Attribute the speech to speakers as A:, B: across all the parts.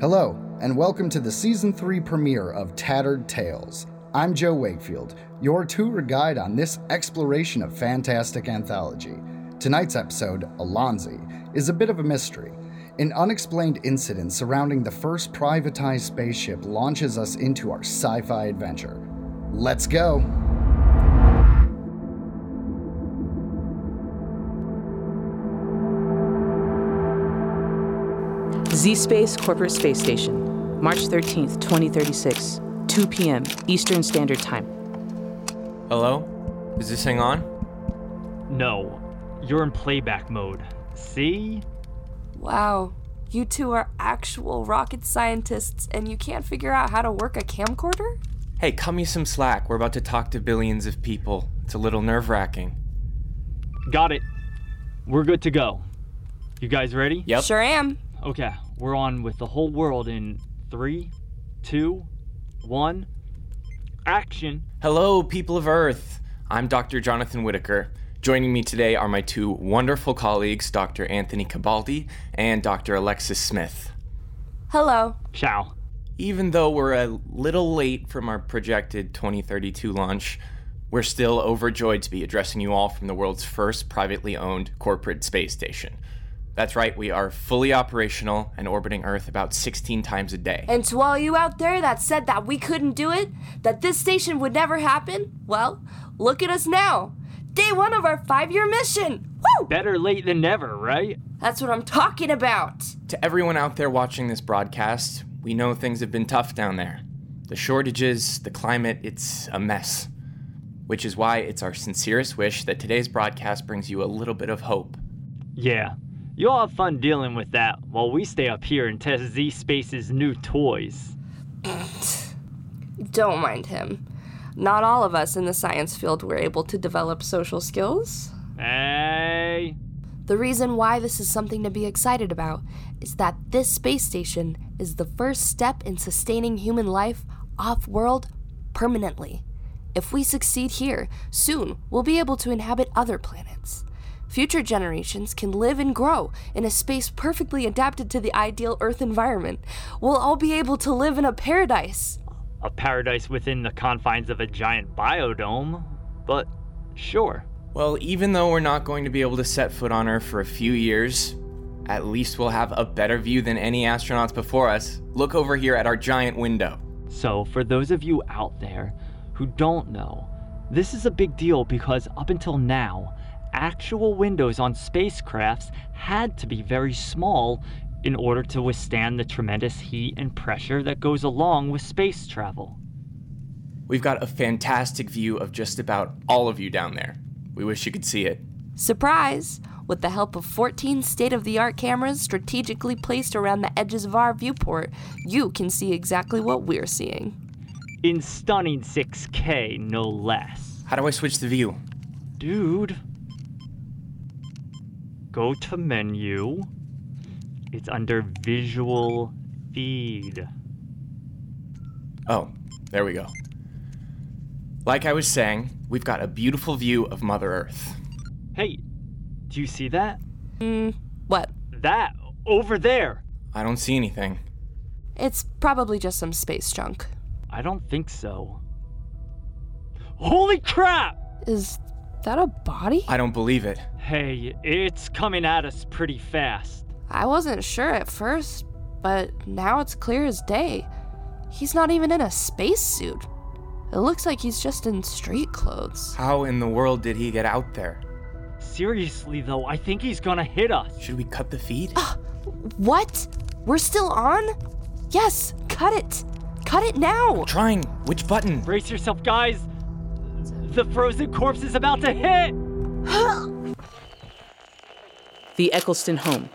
A: Hello, and welcome to the season 3 premiere of Tattered Tales. I'm Joe Wakefield, your tour guide on this exploration of fantastic anthology. Tonight's episode, Alonzi, is a bit of a mystery. An unexplained incident surrounding the first privatized spaceship launches us into our sci fi adventure. Let's go!
B: Z Space Corporate Space Station, March 13th, 2036, 2 p.m. Eastern Standard Time.
C: Hello? Is this thing on?
D: No, you're in playback mode. See?
E: Wow, you two are actual rocket scientists and you can't figure out how to work a camcorder?
C: Hey, cut me some slack. We're about to talk to billions of people. It's a little nerve wracking.
D: Got it. We're good to go. You guys ready?
C: Yep.
E: Sure am.
D: Okay, we're on with the whole world in three, two, one, action.
C: Hello, people of Earth. I'm Dr. Jonathan Whitaker. Joining me today are my two wonderful colleagues, Dr. Anthony Cabaldi and Dr. Alexis Smith.
E: Hello.
D: Ciao.
C: Even though we're a little late from our projected 2032 launch, we're still overjoyed to be addressing you all from the world's first privately owned corporate space station. That's right, we are fully operational and orbiting Earth about 16 times a day.
E: And to all you out there that said that we couldn't do it, that this station would never happen, well, look at us now. Day one of our five year mission. Woo!
D: Better late than never, right?
E: That's what I'm talking about.
C: To everyone out there watching this broadcast, we know things have been tough down there. The shortages, the climate, it's a mess. Which is why it's our sincerest wish that today's broadcast brings you a little bit of hope.
D: Yeah. You all have fun dealing with that while we stay up here and test Z Space's new toys.
E: Don't mind him. Not all of us in the science field were able to develop social skills.
D: Hey.
E: The reason why this is something to be excited about is that this space station is the first step in sustaining human life off world permanently. If we succeed here, soon we'll be able to inhabit other planets. Future generations can live and grow in a space perfectly adapted to the ideal Earth environment. We'll all be able to live in a paradise.
D: A paradise within the confines of a giant biodome, but sure.
C: Well, even though we're not going to be able to set foot on Earth for a few years, at least we'll have a better view than any astronauts before us. Look over here at our giant window.
D: So, for those of you out there who don't know, this is a big deal because up until now, actual windows on spacecrafts had to be very small in order to withstand the tremendous heat and pressure that goes along with space travel.
C: We've got a fantastic view of just about all of you down there. We wish you could see it.
E: Surprise! With the help of 14 state of the art cameras strategically placed around the edges of our viewport, you can see exactly what we're seeing.
D: In stunning 6K, no less.
C: How do I switch the view?
D: Dude. Go to menu. It's under visual feed.
C: Oh, there we go. Like I was saying, we've got a beautiful view of Mother Earth.
D: Hey, do you see that?
E: What?
D: Hmm. That over there.
C: I don't see anything.
E: It's probably just some space junk.
D: I don't think so. Holy crap!
E: Is that a body?
C: I don't believe it.
D: Hey, it's coming at us pretty fast.
E: I wasn't sure at first, but now it's clear as day. He's not even in a spacesuit. It looks like he's just in street clothes.
C: How in the world did he get out there?
D: Seriously though, I think he's gonna hit us.
C: Should we cut the feed?
E: Ah, What? We're still on? Yes, cut it. Cut it now.
C: Trying. Which button?
D: Brace yourself, guys. The frozen corpse is about to hit.
B: The Eccleston Home,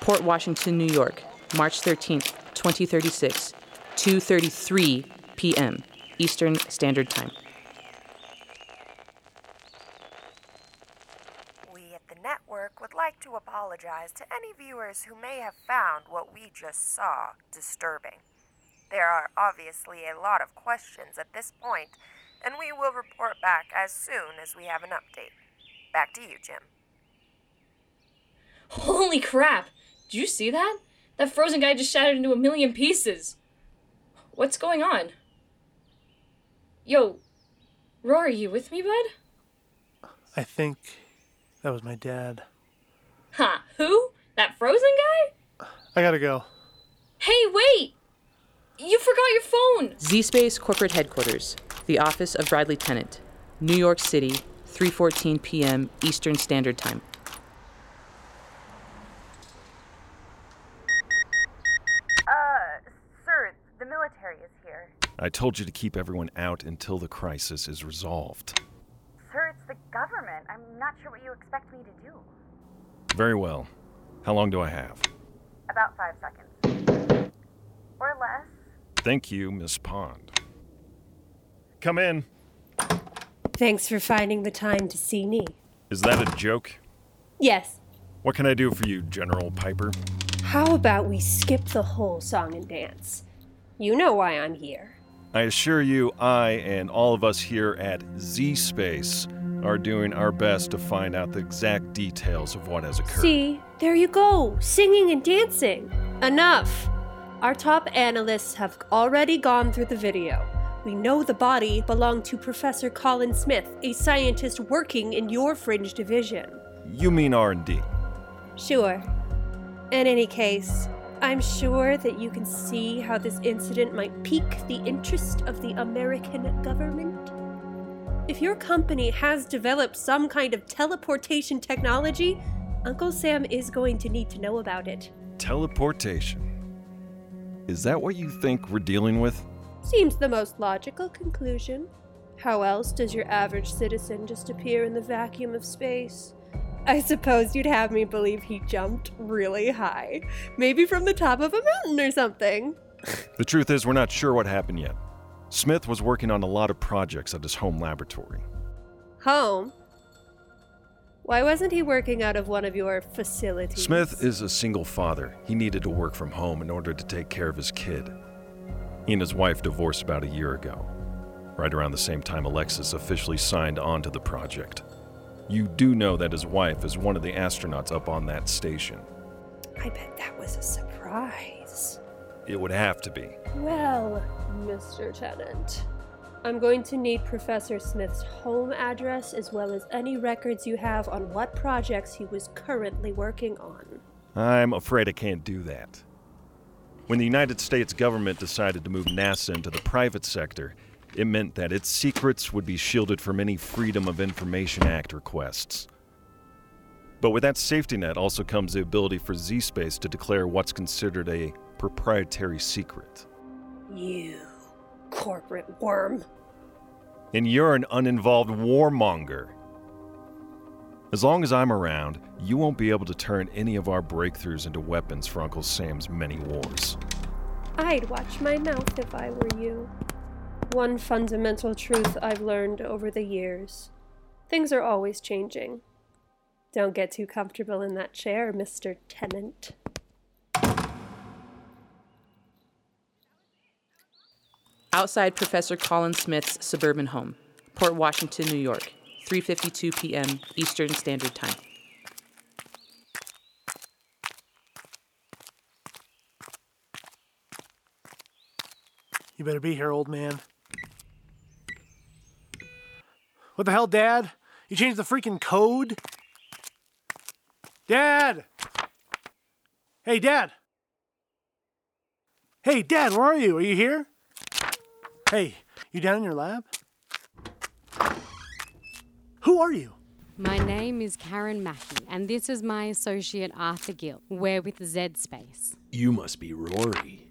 B: Port Washington, New York, March 13th, 2036, 2:33 p.m. Eastern Standard Time.
F: We at the network would like to apologize to any viewers who may have found what we just saw disturbing. There are obviously a lot of questions at this point, and we will report back as soon as we have an update. Back to you, Jim.
G: Holy crap! Did you see that? That frozen guy just shattered into a million pieces. What's going on? Yo, Rory, you with me, bud?
H: I think that was my dad.
G: Ha, who? That frozen guy?
H: I gotta go.
G: Hey, wait! You forgot your phone!
B: Z Space Corporate Headquarters, the office of Bradley Tennant, New York City, 3:14 p.m. Eastern Standard Time.
F: Uh, sir, the military is here.
I: I told you to keep everyone out until the crisis is resolved.
J: Sir, it's the government. I'm not sure what you expect me to do.
I: Very well. How long do I have?
J: About five seconds. Or less.
I: Thank you, Miss Pond. Come in.
K: Thanks for finding the time to see me.
I: Is that a joke?
K: Yes.
I: What can I do for you, General Piper?
K: How about we skip the whole song and dance? You know why I'm here.
I: I assure you, I and all of us here at Z Space are doing our best to find out the exact details of what has occurred.
K: See, there you go, singing and dancing. Enough. Our top analysts have already gone through the video. We know the body belonged to Professor Colin Smith, a scientist working in your fringe division.
I: You mean R&D?
K: Sure. In any case, I'm sure that you can see how this incident might pique the interest of the American government. If your company has developed some kind of teleportation technology, Uncle Sam is going to need to know about it.
I: Teleportation. Is that what you think we're dealing with?
K: Seems the most logical conclusion. How else does your average citizen just appear in the vacuum of space? I suppose you'd have me believe he jumped really high. Maybe from the top of a mountain or something.
I: The truth is, we're not sure what happened yet. Smith was working on a lot of projects at his home laboratory.
K: Home? Why wasn't he working out of one of your facilities?
I: Smith is a single father. He needed to work from home in order to take care of his kid. He and his wife divorced about a year ago, right around the same time Alexis officially signed on to the project. You do know that his wife is one of the astronauts up on that station.
K: I bet that was a surprise.
I: It would have to be.
K: Well, Mr. Tennant, I'm going to need Professor Smith's home address as well as any records you have on what projects he was currently working on.
I: I'm afraid I can't do that. When the United States government decided to move NASA into the private sector, it meant that its secrets would be shielded from any Freedom of Information Act requests. But with that safety net also comes the ability for Z Space to declare what's considered a proprietary secret.
K: You corporate worm.
I: And you're an uninvolved warmonger. As long as I'm around, you won't be able to turn any of our breakthroughs into weapons for Uncle Sam's many wars.
K: I'd watch my mouth if I were you. One fundamental truth I've learned over the years things are always changing. Don't get too comfortable in that chair, Mr. Tennant.
B: Outside Professor Colin Smith's suburban home, Port Washington, New York, 3:52 p.m. Eastern Standard Time.
H: You better be here, old man. What the hell, Dad? You changed the freaking code? Dad! Hey, Dad! Hey, Dad, where are you? Are you here? Hey, you down in your lab? Who are you?
L: My name is Karen Mackey, and this is my associate Arthur Gill. We're with Z Space.
M: You must be Rory.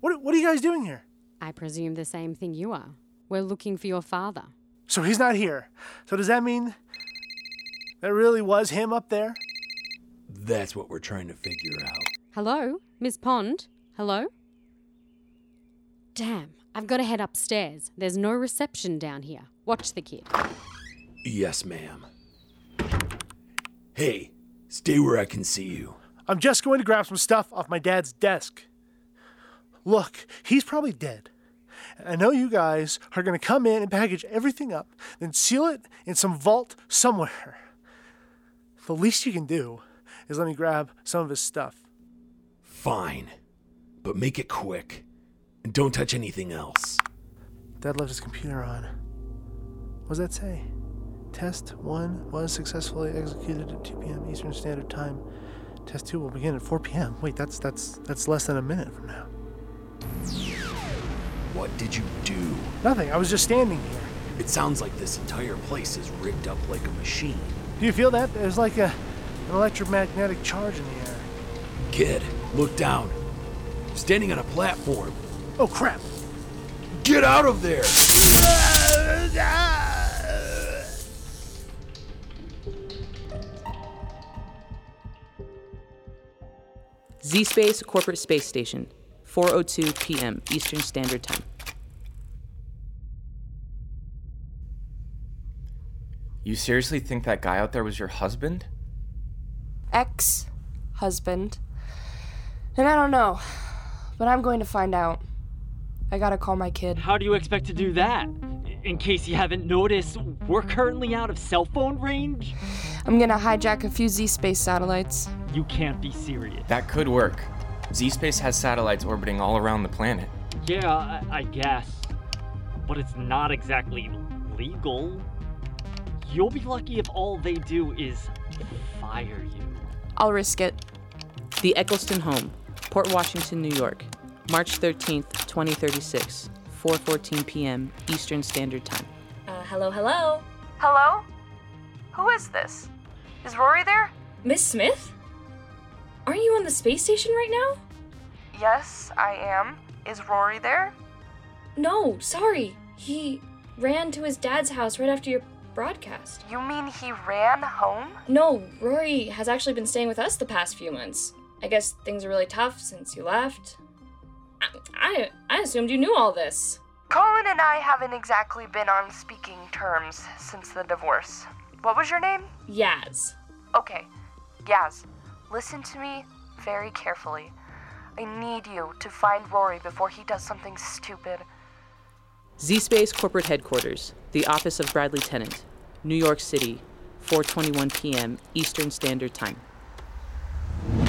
H: What, what are you guys doing here?
L: I presume the same thing you are. We're looking for your father.
H: So he's not here. So does that mean that really was him up there?
M: That's what we're trying to figure out.
L: Hello? Miss Pond? Hello? Damn, I've got to head upstairs. There's no reception down here. Watch the kid.
M: Yes, ma'am. Hey, stay where I can see you.
H: I'm just going to grab some stuff off my dad's desk. Look, he's probably dead. I know you guys are going to come in and package everything up, then seal it in some vault somewhere. The least you can do is let me grab some of his stuff.
M: Fine. But make it quick. And don't touch anything else.
H: Dad left his computer on. What does that say? Test 1 was successfully executed at 2 p.m. Eastern Standard Time. Test 2 will begin at 4 p.m. Wait, that's that's that's less than a minute from now.
M: What did you do?
H: Nothing. I was just standing here.
M: It sounds like this entire place is rigged up like a machine.
H: Do you feel that? There's like a an electromagnetic charge in the air.
M: Kid, look down. Standing on a platform.
H: Oh crap.
M: Get out of there!
B: Z Space Corporate Space Station, 4:02 p.m. Eastern Standard Time.
C: You seriously think that guy out there was your husband?
E: Ex husband. And I don't know, but I'm going to find out. I gotta call my kid.
D: How do you expect to do that? In case you haven't noticed, we're currently out of cell phone range.
E: I'm gonna hijack a few Z Space satellites.
D: You can't be serious.
C: That could work. Z Space has satellites orbiting all around the planet.
D: Yeah, I, I guess. But it's not exactly legal. You'll be lucky if all they do is fire you.
E: I'll risk it.
B: The Eccleston home, Port Washington, New York, March 13th, 2036, 4:14 p.m. Eastern Standard Time.
G: Uh, hello, hello.
N: Hello? Who is this? Is Rory there?
G: Miss Smith? Aren't you on the space station right now?
N: Yes, I am. Is Rory there?
G: No, sorry. He ran to his dad's house right after your broadcast.
N: You mean he ran home?
G: No, Rory has actually been staying with us the past few months. I guess things are really tough since you left. I, I, I assumed you knew all this.
N: Colin and I haven't exactly been on speaking terms since the divorce. What was your name?
G: Yaz.
N: Okay, Yaz, listen to me very carefully. I need you to find Rory before he does something stupid.
B: Z Space Corporate Headquarters, the office of Bradley Tennant, New York City, 4:21 p.m. Eastern Standard Time.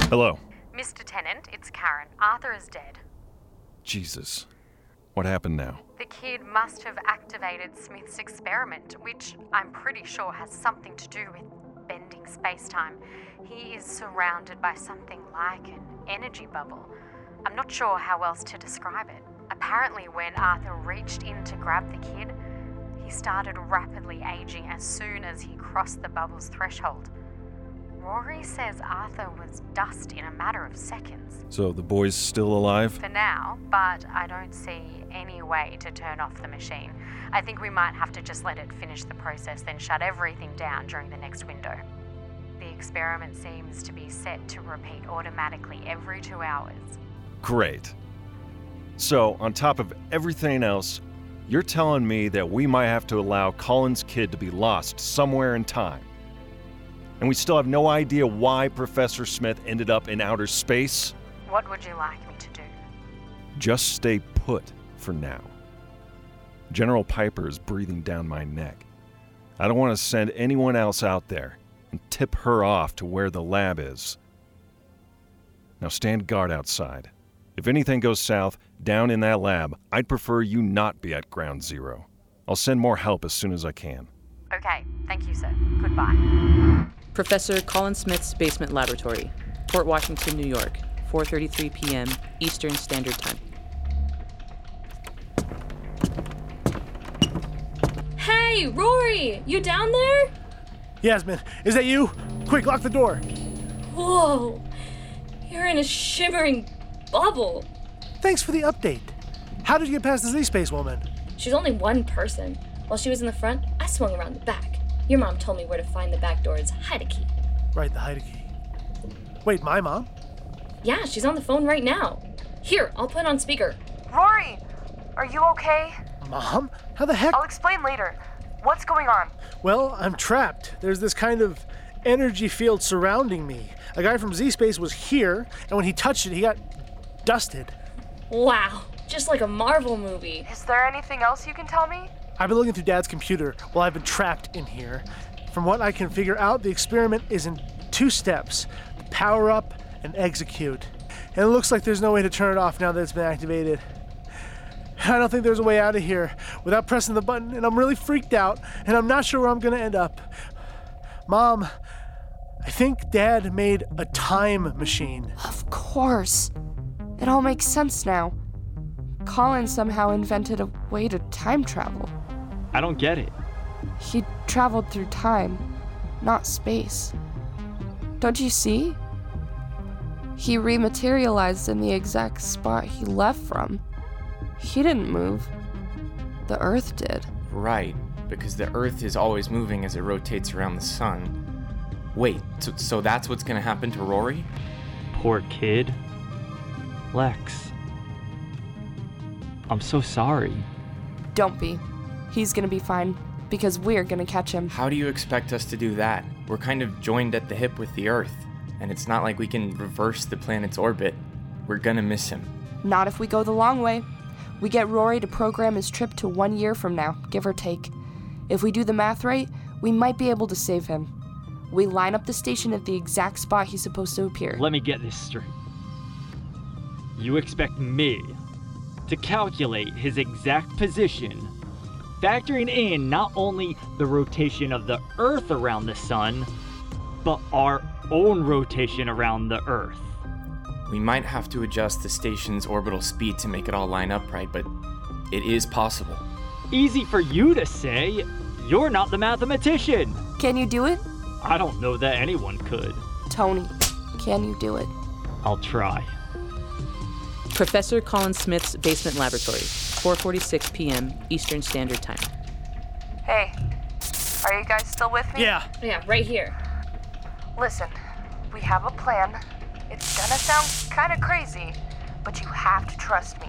I: Hello.
O: Mr. Tennant, it's Karen. Arthur is dead.
I: Jesus. What happened now?
O: The kid must have activated Smith's experiment, which I'm pretty sure has something to do with bending space time. He is surrounded by something like an energy bubble. I'm not sure how else to describe it. Apparently, when Arthur reached in to grab the kid, he started rapidly aging as soon as he crossed the bubble's threshold. Rory says Arthur was dust in a matter of seconds.
I: So the boy's still alive?
O: For now, but I don't see any way to turn off the machine. I think we might have to just let it finish the process, then shut everything down during the next window. The experiment seems to be set to repeat automatically every two hours.
I: Great. So, on top of everything else, you're telling me that we might have to allow Colin's kid to be lost somewhere in time. And we still have no idea why Professor Smith ended up in outer space?
O: What would you like me to do?
I: Just stay put for now. General Piper is breathing down my neck. I don't want to send anyone else out there and tip her off to where the lab is. Now stand guard outside. If anything goes south, down in that lab, I'd prefer you not be at ground zero. I'll send more help as soon as I can.
O: Okay, thank you, sir. Goodbye.
B: Professor Colin Smith's basement laboratory, Port Washington, New York, 4:33 p.m. Eastern Standard Time.
G: Hey, Rory, you down there?
H: Yasmin, is that you? Quick, lock the door.
G: Whoa. You're in a shimmering bubble.
H: Thanks for the update. How did you get past the Z Space woman?
G: She's only one person. While she was in the front, I swung around the back. Your mom told me where to find the back door is hide a key.
H: Right, the hide a key. Wait, my mom?
G: Yeah, she's on the phone right now. Here, I'll put on speaker.
N: Rory, are you okay?
H: Mom? How the heck?
N: I'll explain later. What's going on?
H: Well, I'm trapped. There's this kind of energy field surrounding me. A guy from Z Space was here, and when he touched it, he got dusted.
G: Wow, just like a Marvel movie.
N: Is there anything else you can tell me?
H: I've been looking through Dad's computer while I've been trapped in here. From what I can figure out, the experiment is in two steps power up and execute. and it looks like there's no way to turn it off now that it's been activated. I don't think there's a way out of here without pressing the button, and I'm really freaked out, and I'm not sure where I'm gonna end up. Mom, I think Dad made a time machine.
E: Of course. It all makes sense now. Colin somehow invented a way to time travel.
D: I don't get it.
E: He traveled through time, not space. Don't you see? He rematerialized in the exact spot he left from. He didn't move. The Earth did.
C: Right, because the Earth is always moving as it rotates around the sun. Wait, so, so that's what's gonna happen to Rory?
D: Poor kid. Lex. I'm so sorry.
E: Don't be. He's gonna be fine, because we're gonna catch him.
C: How do you expect us to do that? We're kind of joined at the hip with the Earth, and it's not like we can reverse the planet's orbit. We're gonna miss him.
E: Not if we go the long way. We get Rory to program his trip to one year from now, give or take. If we do the math right, we might be able to save him. We line up the station at the exact spot he's supposed to appear.
D: Let me get this straight. You expect me to calculate his exact position, factoring in not only the rotation of the Earth around the Sun, but our own rotation around the Earth.
C: We might have to adjust the station's orbital speed to make it all line up right, but it is possible.
D: Easy for you to say. You're not the mathematician.
E: Can you do it?
D: I don't know that anyone could.
E: Tony, can you do it?
D: I'll try.
B: Professor Colin Smith's basement laboratory, 4:46 p.m. Eastern Standard Time.
N: Hey, are you guys still with me?
H: Yeah.
G: Yeah, right here.
N: Listen, we have a plan. It's gonna sound kind of crazy, but you have to trust me.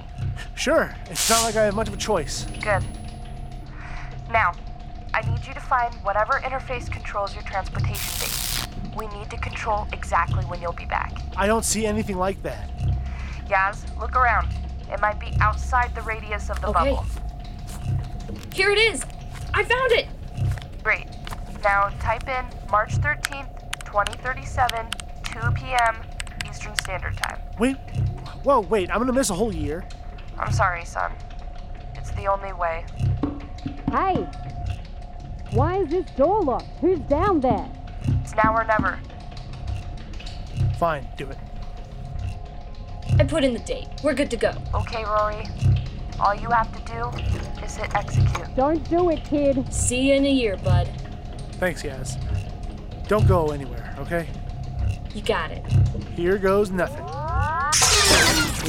H: Sure, it's not like I have much of a choice.
N: Good. Now, I need you to find whatever interface controls your transportation base. We need to control exactly when you'll be back.
H: I don't see anything like that.
N: Yaz, look around. It might be outside the radius of the
G: Okay.
N: bubble.
G: Here it is! I found it!
N: Great. Now type in March 13th, 2037, 2 p.m. Eastern Standard Time.
H: Wait, whoa, wait, I'm gonna miss a whole year.
N: I'm sorry, son. It's the only way.
P: Hey! Why is this door locked? Who's down there?
N: It's now or never.
H: Fine, do it.
G: I put in the date. We're good to go.
N: Okay, Rory. All you have to do is hit execute.
P: Don't do it, kid.
G: See you in a year, bud.
H: Thanks, Yaz. Don't go anywhere, okay?
G: You got it.
H: Here goes nothing.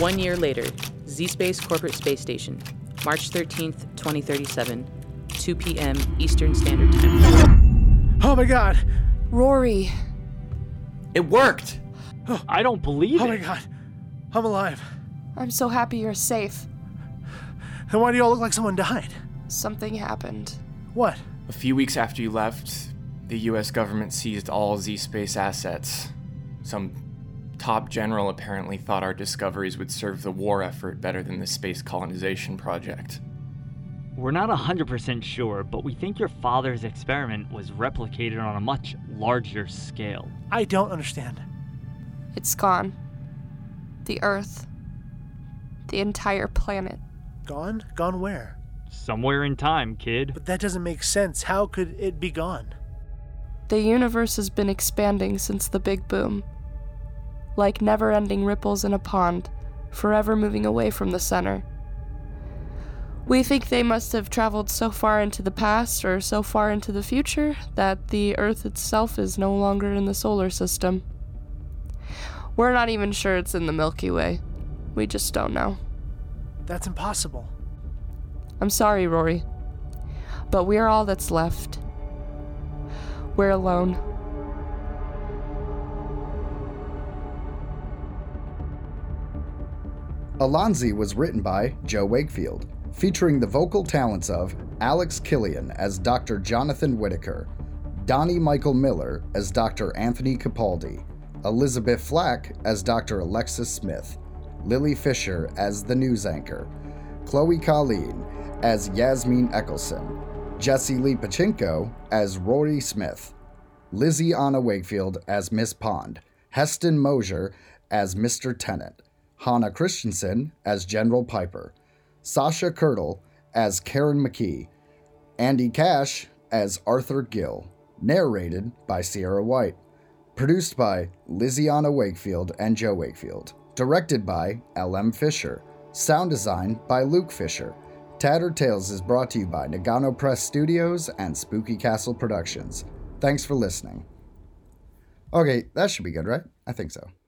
B: One year later, Z Space Corporate Space Station, March 13th, 2037, 2 p.m. Eastern Standard Time.
H: Oh my god.
E: Rory.
C: It worked!
D: I don't believe
H: oh it. Oh my god. I'm alive.
E: I'm so happy you're safe.
H: Then why do you all look like someone died?
E: Something happened.
H: What?
C: A few weeks after you left, the US government seized all Z Space assets. Some top general apparently thought our discoveries would serve the war effort better than the space colonization project.
D: We're not 100% sure, but we think your father's experiment was replicated on a much larger scale.
H: I don't understand.
E: It's gone. The Earth. The entire planet.
H: Gone? Gone where?
D: Somewhere in time, kid.
H: But that doesn't make sense. How could it be gone?
E: The universe has been expanding since the Big Boom. Like never ending ripples in a pond, forever moving away from the center. We think they must have traveled so far into the past or so far into the future that the Earth itself is no longer in the solar system. We're not even sure it's in the Milky Way. We just don't know.
H: That's impossible.
E: I'm sorry, Rory. But we're all that's left. We're alone.
A: Alonzi was written by Joe Wakefield, featuring the vocal talents of Alex Killian as Dr. Jonathan Whitaker, Donnie Michael Miller as Dr. Anthony Capaldi, Elizabeth Flack as Dr. Alexis Smith, Lily Fisher as the news anchor, Chloe Colleen as Yasmin Eccleson, Jesse Lee Pachinko as Rory Smith, Lizzie Anna Wakefield as Miss Pond, Heston Mosier as Mr. Tennant, Hannah Christensen as General Piper, Sasha Kirtle as Karen McKee, Andy Cash as Arthur Gill, narrated by Sierra White, produced by Liziana Wakefield and Joe Wakefield, directed by L.M. Fisher, sound design by Luke Fisher. Tattered Tales is brought to you by Nagano Press Studios and Spooky Castle Productions. Thanks for listening. Okay, that should be good, right? I think so.